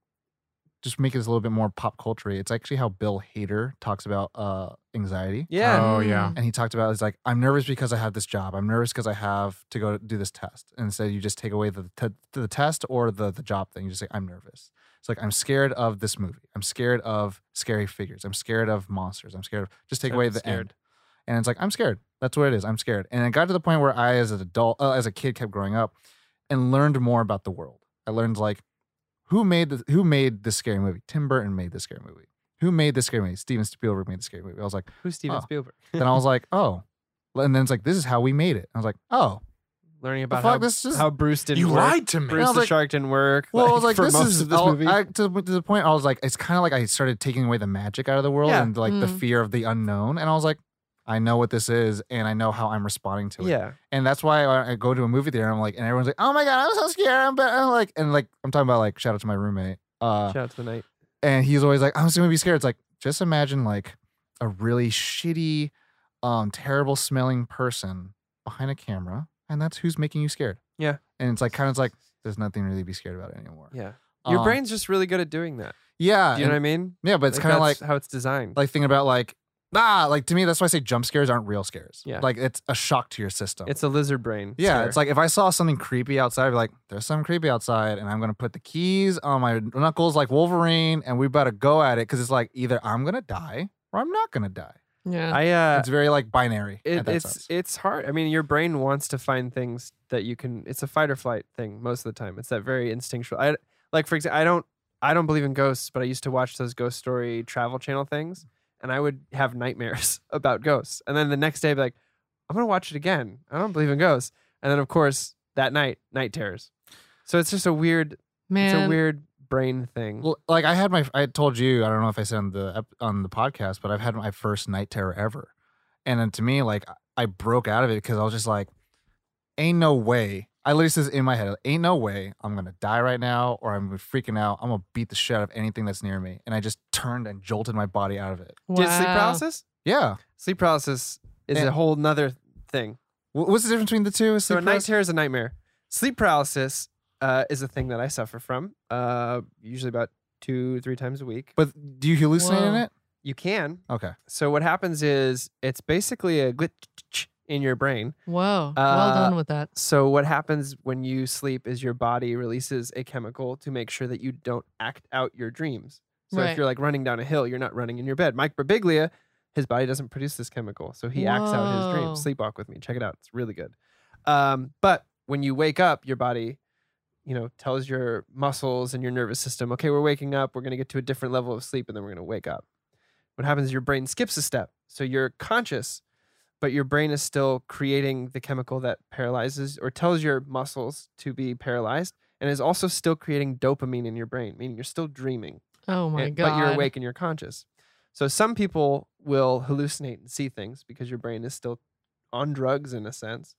S5: just make it a little bit more pop culture. It's actually how Bill Hader talks about uh anxiety.
S4: Yeah.
S2: Oh yeah.
S5: And he talked about it's like I'm nervous because I have this job. I'm nervous because I have to go do this test. And so you just take away the t- the test or the the job thing. You just say I'm nervous. It's like I'm scared of this movie. I'm scared of scary figures. I'm scared of monsters. I'm scared of just take
S4: I'm
S5: away the
S4: scared.
S5: end. And it's like I'm scared. That's what it is. I'm scared. And it got to the point where I, as an adult, uh, as a kid, kept growing up and learned more about the world. I learned like who made the, who made this scary movie. Tim Burton made this scary movie. Who made this scary movie? Steven Spielberg made the scary movie. I was like
S4: Who's Steven
S5: Oh.
S4: Spielberg?
S5: then I was like, oh. And then it's like, this is how we made it. I was like, oh.
S4: Learning about
S5: fuck,
S4: how,
S5: this is-
S4: how Bruce didn't
S2: You
S4: work.
S2: lied to me.
S4: Bruce
S5: was
S4: the
S5: like-
S4: Shark didn't work.
S5: Well, I was like,
S4: for
S5: this
S4: most
S5: is
S4: of this
S5: I was-
S4: movie.
S5: I, to, the- to the point. I was like, it's kind of like I started taking away the magic out of the world
S4: Yeah.
S5: and like the
S3: Mm.
S5: fear of the unknown. And I was like, I know what this is, and I know how I'm responding to it.
S4: Yeah.
S5: And that's why I, I go to a movie theater. And I'm like, and everyone's like, "Oh my god, I'm so scared." I'm, but I'm like, and like, I'm talking about like, shout out to my roommate. Uh,
S4: Shout out to the night.
S5: and he's always like, I'm just gonna be scared. It's like, just imagine like a really shitty, um, terrible smelling person behind a camera, and that's who's making you scared.
S4: Yeah.
S5: And it's like kind of like there's nothing really to be scared about anymore.
S4: Yeah. Your
S5: Um,
S4: brain's just really good at doing that.
S5: Yeah.
S4: Do you know what I
S5: and-
S4: mean?
S5: Yeah, but it's kind of like
S4: that's how it's designed.
S5: like thinking about like ah, like to me that's why I say jump scares aren't real scares.
S4: Yeah.
S5: Like it's a shock to your system.
S4: it's a lizard brain.
S5: Yeah,
S4: scare.
S5: it's like if I saw something creepy outside, I'd be like, there's something creepy outside, and I'm gonna put the keys on my knuckles like Wolverine, and we better go at it because it's like either I'm gonna die or I'm not gonna die.
S3: Yeah.
S4: I uh
S5: It's very like binary.
S4: it,
S5: at that
S4: it's
S5: sense.
S4: it's hard. I mean, your brain wants to find things that you can. It's a fight or flight thing most of the time. It's that very instinctual. I like for example, I don't I don't believe in ghosts, but I used to watch those ghost story travel channel things, and I would have nightmares about ghosts. And then the next day, I'd be like, I'm gonna watch it again. I don't believe in ghosts. And then of course that night, night terrors. So it's just a weird.
S3: Man.
S4: It's a weird brain thing.
S5: Well, like I had my, I told you, I don't know if I said on the ep- on the podcast, but I've had my first night terror ever, and then to me, like I broke out of it because I was just like, "Ain't no way!" I literally says in my head, "Ain't no way I'm gonna die right now, or I'm freaking out. I'm gonna beat the shit out of anything that's near me." And I just turned and jolted my body out of it.
S4: Did sleep
S3: Wow.
S4: paralysis?
S5: Yeah,
S4: Sleep paralysis is
S5: And-
S4: a whole nother thing.
S5: Wh- what's the difference between the two? Is
S4: So a
S5: sleep
S4: night
S5: paralysis-
S4: terror is a nightmare. Sleep paralysis uh, is a thing that I suffer from, uh, usually about two, three times a week. But
S5: but do you hallucinate in
S3: Whoa.
S5: it?
S4: you can.
S5: Okay,
S4: So what happens is it's basically a glitch in your brain.
S3: Whoa.
S4: Uh,
S3: well done with that.
S4: So what happens when you sleep is your body releases a chemical to make sure that you don't act out your dreams. So if
S3: Right.
S4: you're like running down a hill, you're not running in your bed. Mike Birbiglia, his body doesn't produce this chemical, so he acts out his dreams.
S3: Whoa.
S4: Sleepwalk with me, check it out; it's really good. Um, but when you wake up, your body, you know, tells your muscles and your nervous system, okay, we're waking up. We're gonna get to a different level of sleep, and then we're gonna wake up. What happens is your brain skips a step, so you're conscious, but your brain is still creating the chemical that paralyzes or tells your muscles to be paralyzed, and is also still creating dopamine in your brain, meaning you're still dreaming
S3: Oh my
S4: and-
S3: god.
S4: But you're awake and you're conscious. So some people will hallucinate and see things because your brain is still on drugs in a sense.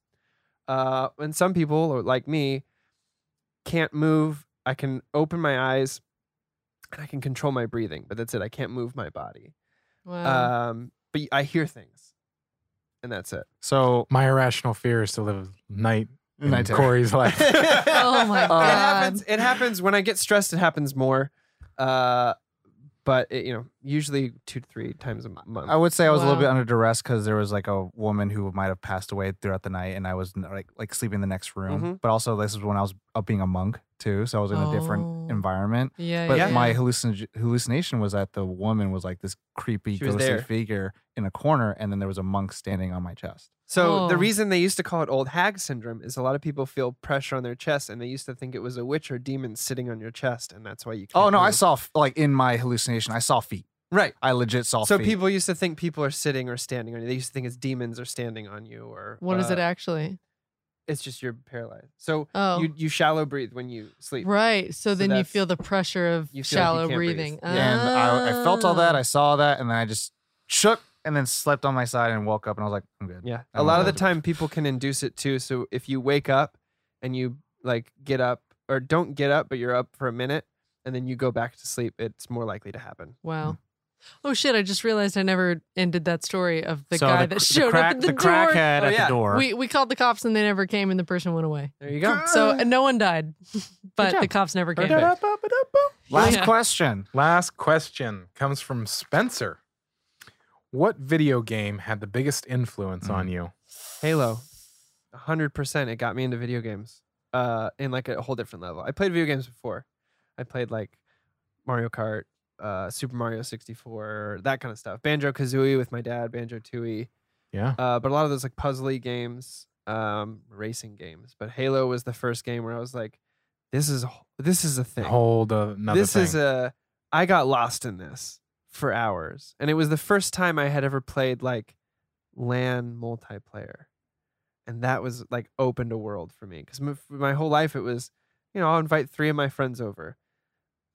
S4: Uh, and some people, or like me, can't move. I can open my eyes and I can control my breathing, but that's it. I can't move my body.
S3: Wow.
S4: Um, but y- I hear things, and that's it.
S5: so
S2: My irrational fear is to live a night
S4: Mm,
S2: in
S5: night terror.
S2: Corey's life.
S3: Oh my
S4: Uh, It
S3: God.
S4: happens. It happens when I get stressed. It happens more, uh, but it, you know, usually two to three times a m- month.
S5: I would say I was a little
S3: Wow.
S5: bit under duress because there was like a woman who might have passed away throughout the night, and I was n- like like sleeping in the next room.
S4: Mhm.
S5: But also, this is when I was up being a monk too, so I was in a different
S3: Oh.
S5: environment.
S3: yeah.
S5: But
S3: yeah,
S5: my
S3: yeah.
S5: hallucin- hallucination was that the woman was like this creepy,
S4: She was
S5: ghostly
S4: there.
S5: figure in a corner, and then there was a monk standing on my chest.
S4: So the
S3: Oh.
S4: reason they used to call it old hag syndrome is a lot of people feel pressure on their chest, and they used to think it was a witch or demon sitting on your chest, and that's why you. Can't
S5: Oh no, I
S4: move.
S5: saw f- like in my hallucination, I saw feet.
S4: Right.
S5: I legit saw
S4: So
S5: feet.
S4: people used to think people are sitting or standing on you. They used to think it's demons are standing on you, or
S3: What is
S4: uh,
S3: it actually?
S4: It's just you're paralyzed. So
S3: Oh.
S4: you you shallow breathe when you sleep.
S3: Right. So,
S4: So
S3: then you feel the
S4: that's-
S3: pressure of
S4: you feel like you
S3: shallow
S4: can't breathe.
S3: breathing.
S4: Yeah.
S5: and I, I felt all that.
S3: Ah.
S5: I saw that, and then I just shook, and then slept on my side, and woke up, and I was like, I'm good.
S4: Yeah.
S5: I
S4: A
S5: don't
S4: lot of
S5: know.
S4: the time people can induce it too. So if you wake up and you like get up or don't get up, but you're up for a minute and then you go back to sleep, it's more likely to happen.
S3: Wow. Oh shit! I just realized I never ended that story of the
S6: so
S3: guy
S6: the,
S3: that
S6: cr-
S3: showed
S6: the crack,
S3: up at the,
S6: the
S3: door.
S6: crackhead
S4: Oh,
S6: at
S4: yeah.
S6: the door.
S3: We we called the cops and they never came, and the person went away.
S4: There you go.
S3: So and no one died, but the
S4: job.
S3: cops never came.
S4: Perfect.
S5: Last
S3: Yeah.
S5: question.
S2: Last question comes from Spencer. What video game had the biggest influence on
S4: Mm.
S2: you?
S4: Halo. 100% it got me into video games uh in like a whole different level. I played video games before. I played like Mario Kart, uh Super Mario 64, that kind of stuff. Banjo Kazooie with my dad, Banjo Tooie.
S2: Yeah.
S4: Uh, but a lot of those like puzzly games, um, racing games. But Halo was the first game where I was like, this is a wh- this is a thing.
S2: Hold another
S4: this
S2: thing.
S4: is a I got lost in this for hours, and it was the first time I had ever played like LAN multiplayer, and that was like opened a world for me because my, my whole life it was, you know, I'll invite three of my friends over,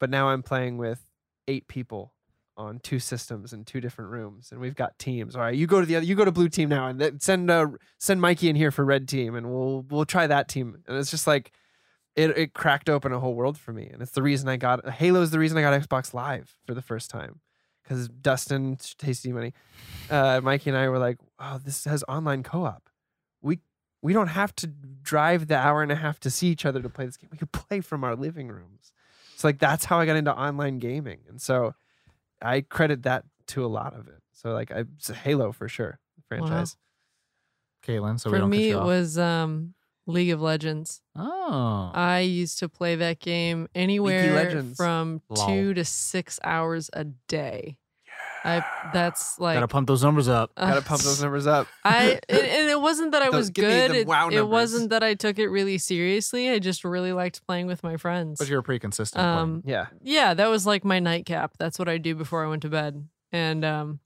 S4: but now I'm playing with eight people on two systems in two different rooms, and we've got teams. All right, you go to the other, you go to blue team now, and then send uh, send Mikey in here for red team, and we'll we'll try that team. And it's just like it it cracked open a whole world for me, and it's the reason I got Halo is the reason I got Xbox Live for the first time because Dustin Tasty Money, uh, Mikey and I were like, wow, this has online co op. We we don't have to drive the hour and a half to see each other to play this game. We could play from our living rooms. So like that's how I got into online gaming, and so I credit that to a lot of it. So like I it's Halo for sure franchise.
S5: Caitlin. So we
S3: For
S5: don't cut
S3: me,
S5: you
S3: it
S5: off.
S3: was um, League of Legends.
S5: oh
S3: I used to play that game anywhere
S4: Legends.
S3: from
S6: Lol.
S3: two to six hours a day. I that's like
S6: Gotta pump those numbers up.
S3: uh,
S4: Gotta pump those numbers up.
S3: I and, and it wasn't that I
S4: Those-
S3: was
S4: give me
S3: good.
S4: the
S3: It,
S4: wow
S3: it
S4: numbers.
S3: wasn't that I took it really seriously. I just really liked playing with my friends.
S5: But you were pretty consistent.
S3: um,
S4: yeah,
S3: yeah, that was like my nightcap. That's what I do before I went to bed, and um,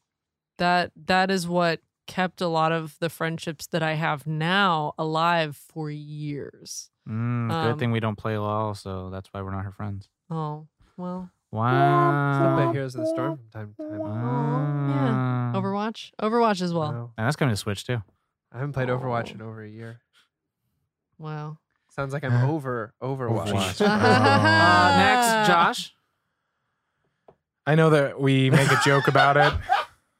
S3: that that is what kept a lot of the friendships that I have now alive for years.
S6: Mm,
S3: Um,
S6: good thing we don't play LOL, so that's why we're not her friends.
S3: Oh well,
S6: Wow.
S4: but Heroes of the Storm from time to time.
S3: yeah.
S6: Wow.
S2: Um,
S3: Overwatch, Overwatch as well.
S4: Wow.
S6: And that's coming to Switch too.
S4: I haven't played Overwatch
S3: Oh.
S4: in over a year.
S3: Wow.
S4: Sounds like I'm over Overwatch.
S5: Overwatch. Uh-huh.
S6: Uh,
S3: Ah.
S6: next, Josh.
S2: I know that we make a joke about it.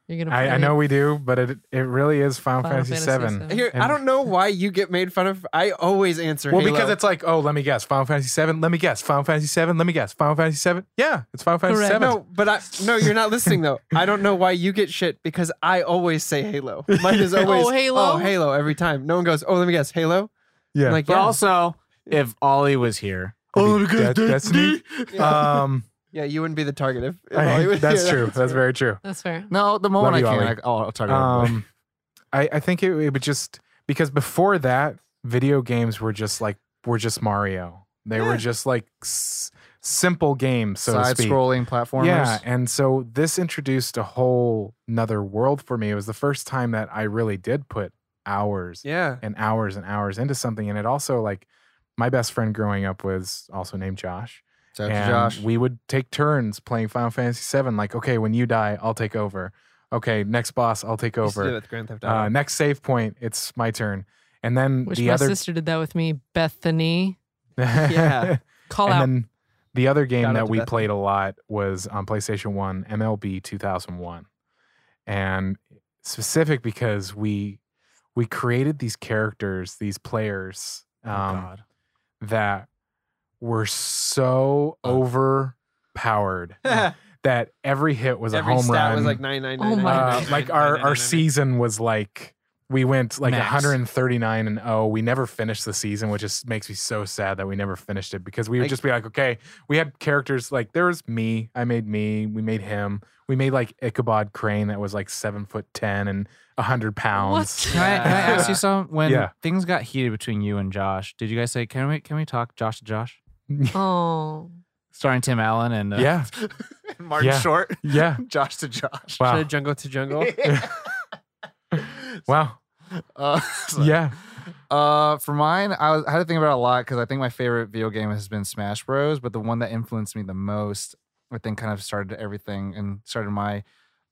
S3: You're gonna.
S2: I, I
S3: play
S2: know we do, but it it really is Final,
S3: Final
S2: Fantasy,
S3: Fantasy
S2: VII.
S3: VII.
S4: Here, I
S2: And-
S4: don't know why you get made fun of. I always answer.
S2: Well,
S4: Halo.
S2: because it's like, oh, let me guess, Final Fantasy Seven. Let me guess, Final Fantasy Seven. Let me guess, Final Fantasy Seven. Yeah, it's Final Fantasy
S3: Correct.
S2: Seven.
S4: No, but I no, you're not listening though. I don't know why you get shit because I always say Halo. Mine is always
S3: Oh, Halo?
S4: oh, Halo every time. No one goes, oh, let me guess, Halo.
S2: yeah,
S4: I'm like
S6: But
S4: yeah,
S6: also, if Ollie was here,
S2: oh, because Destiny. Um,
S4: yeah, you wouldn't be the target if, if
S2: I-
S4: Ollie was
S2: that's
S4: here.
S2: true. That's, very true.
S3: That's fair.
S5: no, the moment I
S2: Love you,
S5: can,
S2: Ollie.
S5: I, oh, I'll talk about it.
S2: Um, I I think it, it would just because before that, video games were just like were just Mario. They were just like s- simple games, so to
S5: Side
S2: speak.
S5: scrolling platformers.
S2: Yeah, and so this introduced a whole another world for me. It was the first time that I really did put hours
S4: Yeah,
S2: and hours and hours into something, and it also like my best friend growing up was also named Josh,
S5: Shout out to
S2: and
S5: Josh.
S2: we would take turns playing Final Fantasy VII. Like, okay, when you die, I'll take over. Okay, next boss, I'll take
S4: Used to do that
S2: over.
S4: with Grand Theft Auto.
S2: Uh, next save point, it's my turn, and then
S3: Which
S2: the
S3: my
S2: other
S3: sister did that with me, Bethany.
S4: Yeah.
S3: Call
S2: and
S3: out.
S2: then the other game
S4: Shout out
S2: that
S4: to
S2: we
S4: Bethany.
S2: played a lot was on PlayStation 1, MLB 2001. And specific because we we created these characters, these players
S6: oh,
S2: um,
S6: God.
S2: that were so overpowered that every hit was
S4: every
S2: a home
S4: stat
S2: run.
S4: was like nine nine nine.
S3: Oh my
S2: Uh,
S3: God.
S2: like our our season was like we went like
S6: Max.
S2: 139 and 0. We never finished the season, which just makes me so sad that we never finished it because we would
S4: Like-
S2: just be like, okay, we had characters like there was me. I made me. We made him. We made like Ichabod Crane that was like seven foot ten and hundred pounds.
S3: What?
S6: Can I, can I ask you something? When
S2: Yeah.
S6: things got heated between you and Josh, did you guys say, "Can we can we talk Josh to Josh"?
S3: Oh.
S6: Starring Tim Allen and uh,
S2: Yeah,
S5: Martin
S2: yeah.
S5: Short,
S2: yeah.
S5: Josh to Josh.
S2: Wow,
S4: jungle to jungle.
S2: wow.
S5: Uh,
S2: Yeah,
S5: Uh, for mine, I, was, I had to think about it a lot because I think my favorite video game has been Smash Bros. But the one that influenced me the most, I think, kind of started everything and started my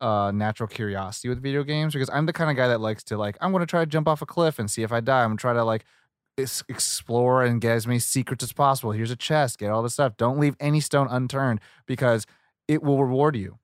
S5: uh natural curiosity with video games because I'm the kind of guy that likes to like I'm gonna try to jump off a cliff and see if I die. I'm gonna try to like ex- explore and get as many secrets as possible. Here's a chest, get all this stuff. Don't leave any stone unturned because it will reward you.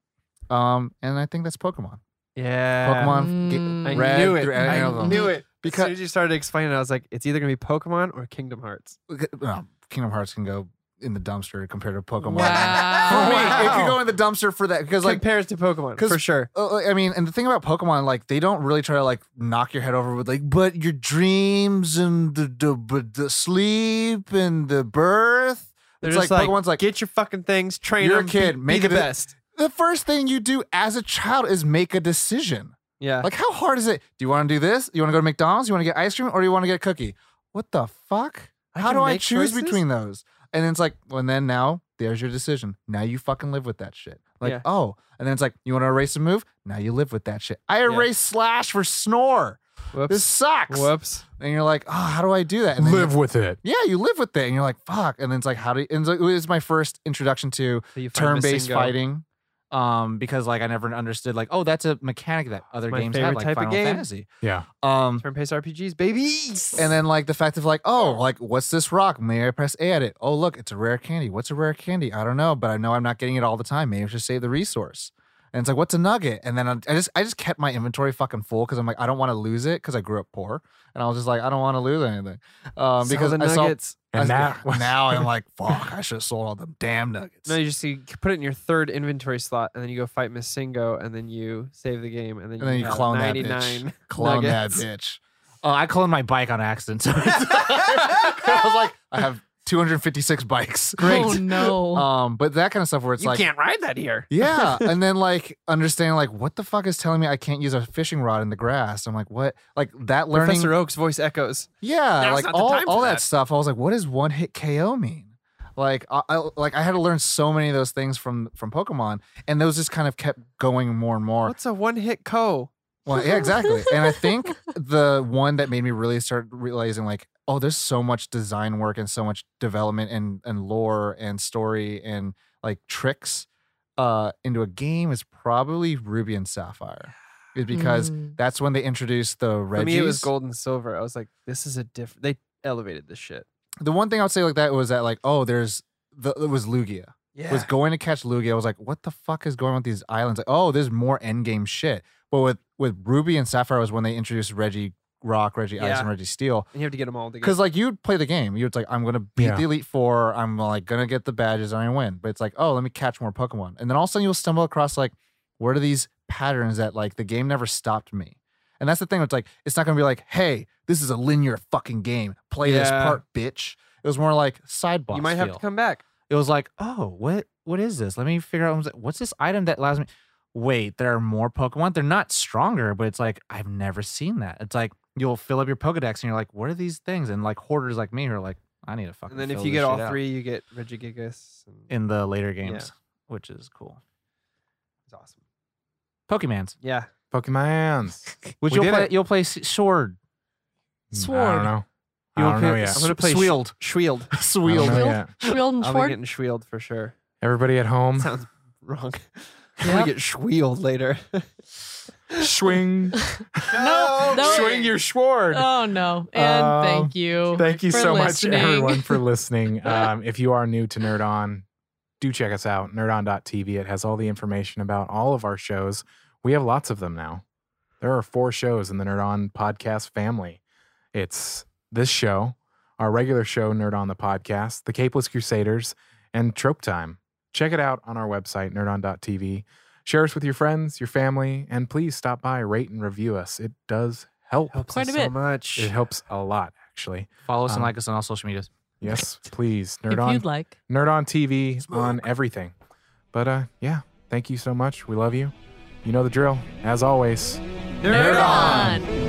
S5: Um, and I think that's Pokemon.
S4: Yeah,
S5: Pokemon Ga-
S3: Mm.
S4: I
S5: Red
S4: knew it.
S5: through-
S4: I,
S5: I
S4: knew it. as
S5: Because
S4: soon as you started explaining, it, I was like, it's either gonna be Pokemon or Kingdom Hearts.
S5: Okay, well, um, Kingdom Hearts can go in the dumpster compared to Pokemon.
S3: Wow.
S5: For me, it could
S4: Oh, Wow.
S5: go in the dumpster for that because like.
S4: compares to Pokemon
S5: 'cause-
S4: for sure.
S5: uh, I mean, and the thing about Pokemon, like they don't really try to like knock your head over with like, but your dreams and the the, but the sleep and the birth.
S4: They're
S5: it's
S4: just like,
S5: like, Pokemon's like
S4: get your fucking things, train
S5: You're a
S4: them,
S5: kid,
S4: be,
S5: make
S4: be
S5: it
S4: the
S5: a-
S4: best.
S5: the first thing you do as a child is make a decision.
S4: Yeah,
S5: Like, how hard is it? Do you want to do this? You want to go to McDonald's? You want to get ice cream, or do you want to get a cookie? What the fuck?
S4: I
S5: How
S4: can
S5: do I
S4: make
S5: choose
S4: choices?
S5: between those? And then it's like, well, and then now there's your decision. Now you fucking live with that shit. Like,
S4: Yeah.
S5: oh, and then it's like, you want to erase a move? Now you live with that shit. I erase slash for snore.
S4: whoops,
S5: This sucks.
S4: whoops.
S5: And you're like, oh, how do I do that? And then
S2: live
S5: you-
S2: with it.
S5: Yeah, you live with it, and you're like, fuck. And then it's like, how do? You, and it's like, it was my first introduction to
S4: So you find
S5: turn-based
S4: Missingo.
S5: fighting.
S6: Um, because like I never understood like, oh, that's a mechanic that other
S4: My
S6: games have,
S4: favorite
S6: like
S4: type of
S6: Final
S4: game.
S6: Fantasy.
S2: Yeah.
S6: Um,
S4: Turn-based RPGs, babies.
S5: And then like the fact of like, oh, like what's this rock? May I press A at it? Oh, look, it's a rare candy. What's a rare candy? I don't know, but I know I'm not getting it all the time. Maybe I should save the resource. And it's like, what's a nugget? And then I I just I just kept my inventory fucking full because I'm like, I don't want to lose it because I grew up poor, and I was just like, I don't want to lose anything um, because
S4: the
S5: I saw.
S4: nuggets.
S5: I
S2: And
S5: was-
S2: that was-
S5: now I'm like, fuck, I should have sold all them damn nuggets.
S4: No, you just you put it in your third inventory slot, and then you go fight Miss Singo, and then you save the game, and then
S5: and then you
S4: have
S5: clone that
S4: 99.
S5: bitch. Clone
S4: nuggets.
S5: that bitch.
S6: oh, I cloned my bike on accident. So
S5: I was like, I have 256 bikes.
S3: Oh no.
S5: Um, but that kind of stuff where it's
S4: you
S5: like
S4: can't ride that here.
S5: Yeah. And then like understanding like what the fuck is telling me I can't use a fishing rod in the grass. I'm like, what like that learning
S4: Professor Oak's voice echoes.
S5: Yeah,
S4: Now's
S5: like
S4: not the
S5: all,
S4: time for
S5: all
S4: that.
S5: that stuff. I was like, what does one hit KO mean? Like I, I like I had to learn so many of those things from from Pokemon and those just kind of kept going more and more.
S4: What's a one-hit co?
S5: Well, yeah, exactly. and I think the one that made me really start realizing like, oh, there's so much design work and so much development and and lore and story and like tricks uh into a game is probably Ruby and Sapphire. Is because
S3: Mm.
S5: that's when they introduced the Reggies.
S4: For me, it was gold and silver. I was like, this is a different. They elevated this shit.
S5: The one thing I would say like that was that like, oh, there's the it was Lugia.
S4: Yeah.
S5: was going to catch Lugia. I was like, what the fuck is going on with these islands? Like, oh, there's more endgame shit. But with with Ruby and Sapphire was when they introduced Reggie Rock, Reggie Ice,
S4: Yeah.
S5: and Reggie Steel.
S4: and you have to get them all together.
S5: Because like you'd play the game, you'd like, I'm gonna beat
S2: Yeah.
S5: the Elite Four. I'm like gonna get the badges and I win. But it's like, oh, let me catch more Pokemon. And then all of a sudden you'll stumble across like, what are these patterns that like the game never stopped me? And that's the thing. It's like it's not gonna be like, hey, this is a linear fucking game. Play this
S4: Yeah.
S5: part, bitch. It was more like side boss.
S4: you might have
S5: feel.
S4: to come back.
S6: it was like, oh, what what is this? Let me figure out what's this item that allows me. Wait, there are more Pokemon. They're not stronger, but it's like I've never seen that. It's like you'll fill up your Pokedex and you're like, what are these things? And like hoarders like me who are like, I need to fucking.
S4: And then if
S6: fill
S4: you
S6: this
S4: get all
S6: shit out
S4: three, you get Regigigas. And
S6: in the later games, which is cool.
S4: it's awesome.
S6: Pokemans,
S4: Yeah.
S2: Pokemons.
S6: which
S2: We
S6: you'll
S2: did
S6: play.
S2: it.
S6: You'll play S- Sword.
S2: Mm, I
S3: Sword.
S2: don't know. I
S6: You'll
S2: don't know yet.
S4: I'm gonna play Sh-
S6: Swield.
S4: Shield.
S2: I don't know
S3: Shield.
S2: yet.
S3: Shrield and
S4: I'll be
S3: Sword.
S4: getting Shield for sure.
S2: Everybody at home,
S4: Sounds wrong. I'm gonna get Shield later.
S2: swing,
S3: No, no.
S2: swing your sword.
S3: Oh no. And
S2: Um,
S3: thank you.
S2: Thank you
S3: for
S2: so
S3: listening.
S2: much, everyone, for listening. Um, if you are new to Nerd On, do check us out. Nerdon.tv. It has all the information about all of our shows. We have lots of them now. There are four shows in the Nerd On podcast family. It's this show, our regular show, Nerd On the Podcast, The Capeless Crusaders, and Trope Time. Check it out on our website, nerdon.tv. Share us with your friends, your family, and please stop by, rate, and review us. It does help.
S3: Quite a
S4: so
S3: bit.
S4: much.
S2: It helps a lot, actually.
S6: Follow us
S2: Um,
S6: and like us on all social medias.
S2: Yes, please. Nerd
S3: if
S2: on
S3: you'd like.
S2: Nerd on TV on everything. But uh yeah, thank you so much. We love you. You know the drill. As always,
S3: Nerd on.